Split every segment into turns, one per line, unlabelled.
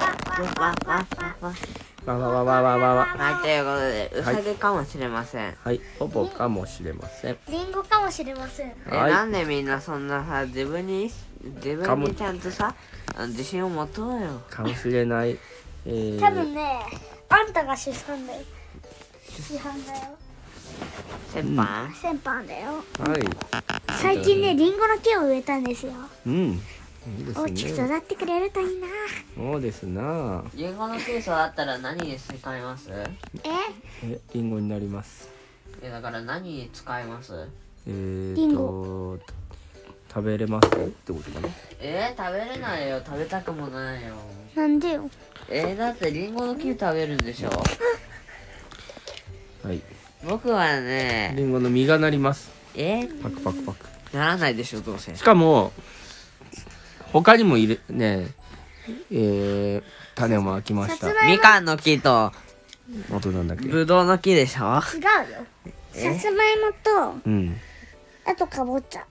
わわわわ
わわわわわわわ
はいということでうさぎかもしれません、
はいほぼかもしれません
リンゴかもしれません。
え
はい
なんでみんなそんなさ自分に自
か
分
も
にちゃんとさあの自信を持とうよ
かもしれないえー、
多分ね、あんたが主犯だよ。主犯だよ。
先輩、
先般だよ。
はい
最近ね、リンゴの木を植えたんですよ。
うんいい
大
で
きく
すね
育ってくれるといいな。
そうですな
リンゴのケースだったら何に使います
え、
えリンゴになります
いやだから何に使います
えー、
リン
と食べれますってことかな
えー、食べれないよ食べたくもないよ
なんでよ。
えー、だってリンゴの木食べるんでしょ
はい
僕はね
リンゴの実がなります
えー、
パクパクパク
ならないでしょどうせ
しかも他にもいるねえー、種も開きました
みかんの木と
あとなんだっけ
ぶどうの木でしょ
違うよ。さつまいもと、
うん
あとかぼちゃ。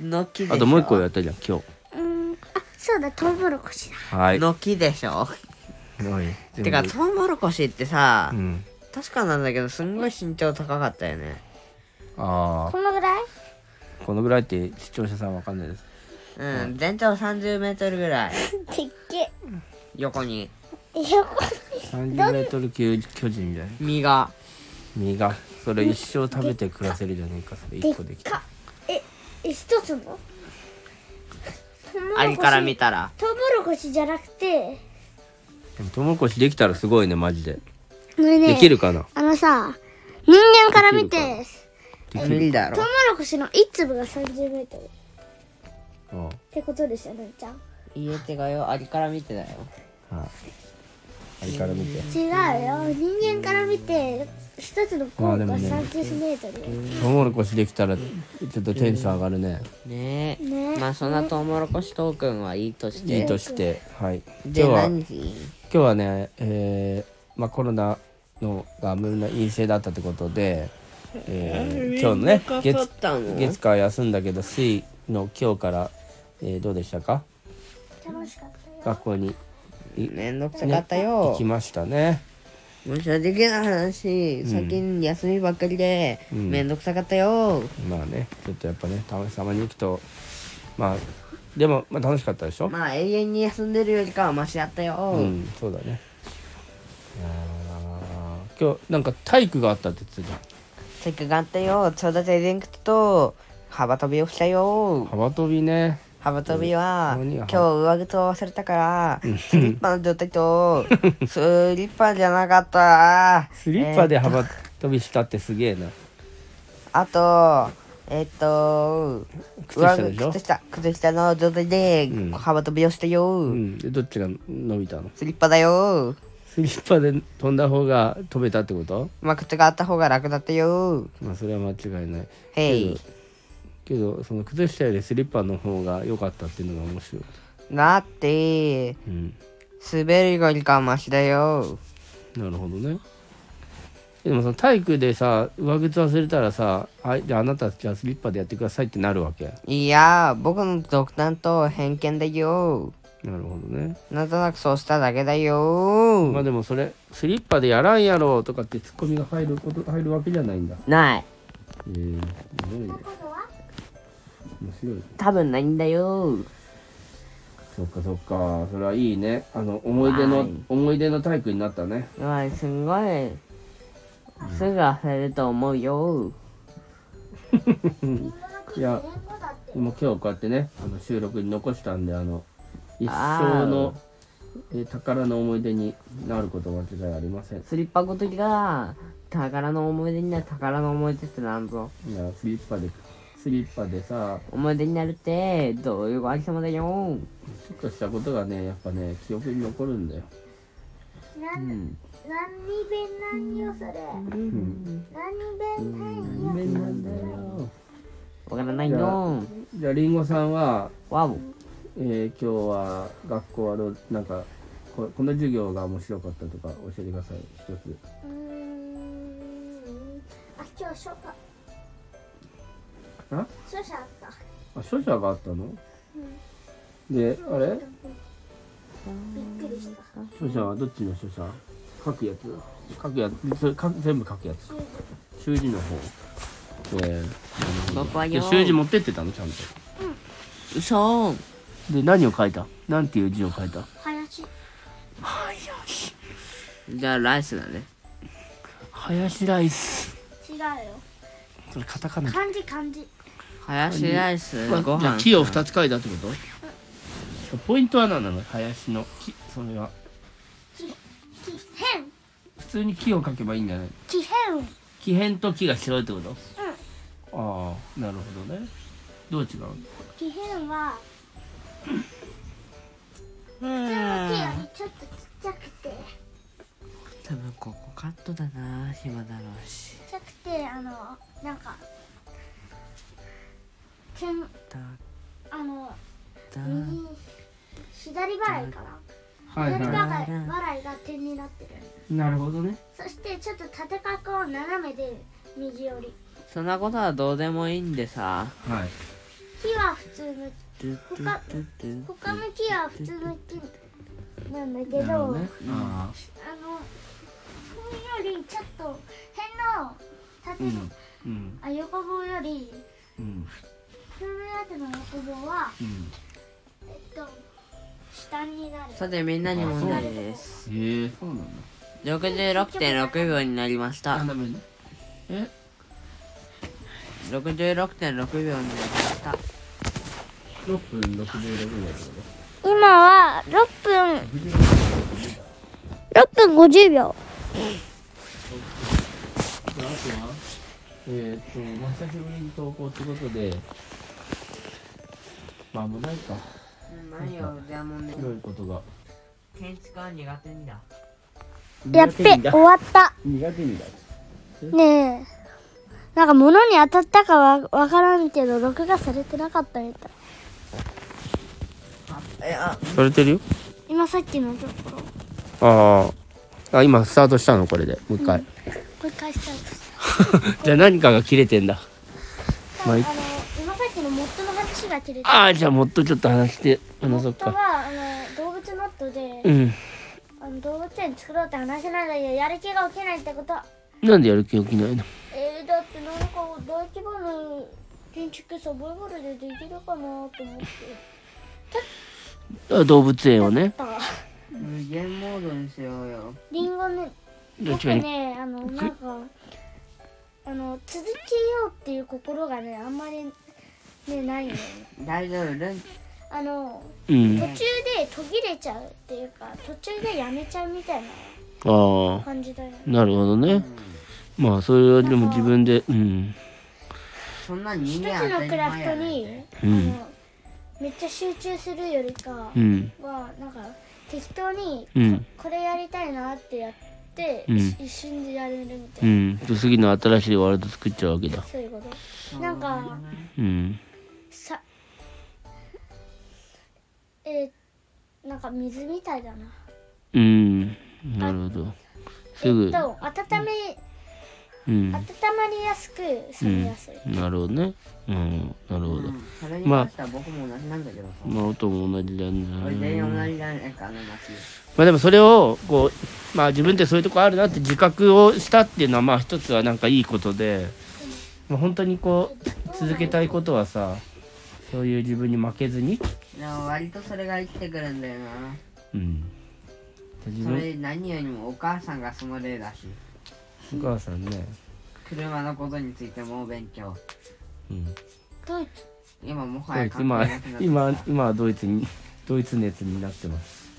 うん
の木でしょ
あともう一個やったじゃん今日
うーん、あ、そうだ、トウモロコシだ。
はい
の木でしょ
はい
てか
全
トウモロコシってさ、
部うん
確かなんだけどすんごい身長高かったよね
あ
このぐらい
あこのぐらいって視聴者さんわかんないです
うん全長30メートルぐらい
てっけ。
横に
横
3 0ル級巨人みたいな
実が
実がそれ一生食べて暮らせるじゃねえかそれ
で
一個で
っ
きた
かええ一つ の
アリから見たら
トウモロコシじゃなくて
でもトウモロコシできたらすごいねマジで
これね
できるかな
あのさ人間から見
で
て
でき
無理
る
だ
トウモ
ろ
ロコシの一粒が3 0ルっ
あ
てことですよなんちゃん
言えてがよアリから見てだよ
あはいあれから見て
違うよ人間から見て一つのコーンが3 0ルよ
トウモロコシできたらちょっとテンション上がるね
ねえ
ね
まあそんなトウモロコシトークンはいいとして
いいとしてはい今日
で
は
何
今日はねえーまあコロナのがみんな陰性だったってことでえー今日のね
かか
月
ったの
月火休んだけど水の今日からえーどうでしたか
楽しかったよ
学校にい
めんどくさかったよ
行きましたね
もう正直な話最近休みばっかりで
うん
めんどくさかったよ
まあねちょっとやっぱねたまたまに行くとまあでも、まあ、楽しかったでしょ、
まあ永遠に休んでるよりかはマシだったよ
うんそうだねあー今日なんか体育があったって言ってた
せっかくあったよちょうどイベントと幅跳びをしたよ
幅跳びね
幅跳びは
うん
今日上靴を忘れたからスリッパの状態 とスリッパじゃなかった
スリッパで
えー
幅跳びしたってすげえな
あとえっと
靴下でしょ
上靴下靴下の状態で
うん
幅跳びをしたよ、
うんでどっちが伸びたの
スリッパだよ
スリッパで飛んだ方が飛べたってこと
まあ靴があった方が楽だったよ
まあそれは間違いない
へ
けど
い
けどその靴下よりスリッパの方が良かったっていうのが面白い、
だって
うん、
滑るよりかはマシだよ
なるほどねでもその体育でさ上靴忘れたらさ「はいじゃああなたじゃあスリッパでやってください」ってなるわけ
いや僕の独断と偏見だよ
なるほどね、
なんとなくそうしただけだよ
まあでもそれスリッパでやらんやろとかってツッコミが入ること入るわけじゃないんだ
ない
えー、すごいね面白い
多分ないんだよ
そっかそっかそれはいいねあの思い出の
はい
思い出の体育になったね
まあすんごいすぐ焦ると思うよ
いやでも今日こうやってねあの収録に残したんであの一生のえー宝の思い出になること間違いありません
スリッパごときが宝の思い出になる宝の思い出ってなんぞ
いやスリッパでスリッパでさ
思い出になるってどういうありさまだよ
ちょっとしたことがねやっぱね記憶に残るんだよ
な
うんん
何弁何よそれ
ん
何弁何よ
なんだよ
わからないよ
じゃありんごさんは、
わお
えー今日は学校はどうなんかここの授業が面白かったとか教えてください一つ
うーんあ今日書か
あ
書者あった
あ書写があったの、であれ
びっくりした。
著者はどっちの著者書くやつ書くやつそれ書く全部書くやつ習字の方えー、なる
僕は
ほど
よ
で習字持ってってたのちゃんと
うそ
で何を書いたなんていう字を書いた
林。
じゃあライスだね
林ライス
違うよ。
それカタカナ
漢字漢字。
林ライス
わ
ご
じゃあ
飯
木を2つ書いたってことポイントは何なの林の木それは
き、き、変。
普通に木を書けばいいんじゃない
き変。
木片と木が白いってことああなるほどねどう違うの
き変は。
う
普通の木よ
ん
りちょっとちっちゃくて。
多分ここカットだな暇だろう
ち
し
っちゃくて、あの、なんか。けん、
だ
あの、
だ
右。左払いかな。
はい
左
は
払い、払いが点になってる。
いなるほどね
そして、ちょっと縦角を斜めで、右寄り。
そんなことはどうでもいいんでさ
はい
木は普通の他
う
他の木は普通の木なんだけど、
なる
あ
ほ
の
どねあ
棒よりちょっと変の
あう
縦の、
んうん
あ横棒より
うん
普通のやつの横棒は
うん
えっと下になる。
さてみんなに問題です
へえそうなんだ
66.6秒になりました
斜めねえ
66.6秒になりました
6分66秒だけどね
今は六分六分五十秒。
あとはえっ、とまあ久しぶりに投稿ってことでまあもうないか
何よじゃあもうね
広いことが
建築は苦手んだ
やっべ終わった。
苦手にだ
ねえ。なんか物に当たったかはわからんけど録画されてなかったみたい。
えあ
されてるよ
今さっきのところも
あああ今スタートしたのこれでもう一回、
う一回したいです。
じゃあ何かが切れてんだ
あ
まあ
の
い
今さっきのモットの話が切れて
ああじゃあもっとちょっと話して
モ
話そ
ッ
っ
ト
か
はあの動物モットで、
うん
あの動物園作ろうって話なんだけどやる気が起きないってこと
なんでやる気起きないの
えー、だってなんか大規模の建築サバイバルでできるかなと思って
あ動物園をね
た
無限モードにしようよ
リンゴね
どっ
僕
ちかに
ねあのなんかあの続けようっていう心がねあんまりねないのよね
大丈夫ルン
あの
うん
途
あ
中で途切れちゃうっていうか途中でやめちゃうみたいな
あ
感じだよね
なるほどねまあそれはでも自分でうん
そんな人
一つ
間当た
の
り
クラ
前
フ
や
ト
ね
に、
うん
あのめっちゃ集中するよりかは
う、ん
なんか適当に
うん
これやりたいなってやって、
うん
一一瞬でやれるみたいうな、
ん次の新しいワールド作っちゃうわけだ
そういうことなんか
うん
さえーなんか水みたいだな
うんなるほどす
え
ぐ
っと温め、
う
温
ん
まりやすく冷めやすい、
なるほどねうんなるほど
うんそれに関しては僕も同じなんだけどさ
まあ音も同じだ
俺全員
ね
同じじゃないかあの街
まあでもそれをこうまあ自分ってそういうとこあるなって自覚をしたっていうのはまあ一つはなんかいいことで、まあ、本当にこう続けたいことはさそういう自分に負けずに、
でも割とそれが生きてくるんだよな
うん、自
そ
分
れ何よりもお母さんがその例だし
お母さんね、
車のことについても勉強
うん、
ドイツ
今もは
ド
や
イツ今
なくなった
今今はドイツにドイツ熱になってます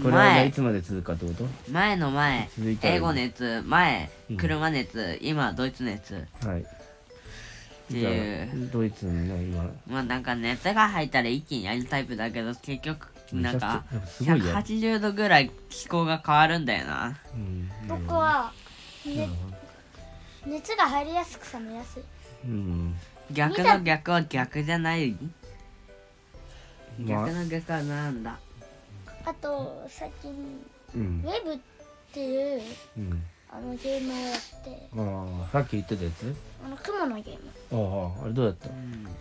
これはい
前
つまで続くかってこと
前の前
続いたら
英語熱前
うん
車熱今ドイツ熱っ
はい。
て
じゃあ
いう
ドイツのね今
まあなんか熱が入ったら一気にやるタイプだけど結局なんか
めちゃくちゃすごいやる
180度ぐらい気候が変わるんだよな
うん
僕は、ね
るほど
熱が入りやすく冷めやすい
うん
逆の逆は逆じゃない
まあ
逆の逆はなんだ
あと最近
うん
ウェブっていう
うん
あのゲームをやって
ああさっき言ってたやつ
あの雲のゲーム
あああれどうだった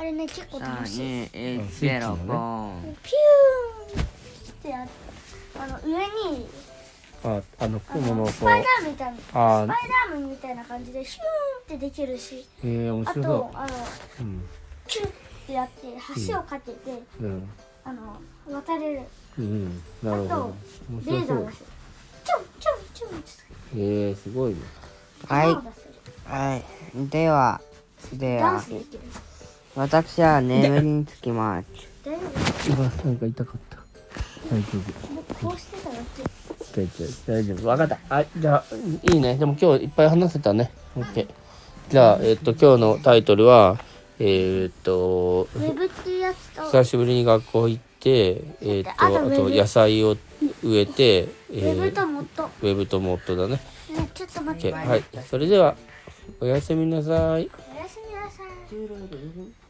あれね結構楽しい
321
スイッチのね
0ボーン
ピューンってってああの上に
ああの
あ
雲
の
の
ス
こう
パイダーメンみたいなス
あー
パイダーメンみたいな感じでヒューンってできるし
えー、面
あ
白
と
そ
あの
ううん
キュッってやって橋をかけて、
うん
あの渡れる
うんな
あ
る
と
ほど面
レーザ
白そ
ー
う
がするチョンチョンチョンって
えー、すごいね
弾
は
がする
い。はい。では、で
ダン
は
ス、できる
私は眠りにつきます。
大丈
うわなんか痛かった大丈夫
夫僕こうしてただけ
大丈夫大丈夫わかったはいじゃあいいねでも今日いっぱい話せたね OK じゃあえっと今日のタイトルはえー、っと
ウェブっていうやつと
久しぶりに学校行ってえー、っとあ
あとウェブ
と野菜を植えて、え
ウェブ
ー、
とモッド
ウェブとモッドだね
ねちょっと待って
OK はいそれではおやすみなさい
おやすみなさい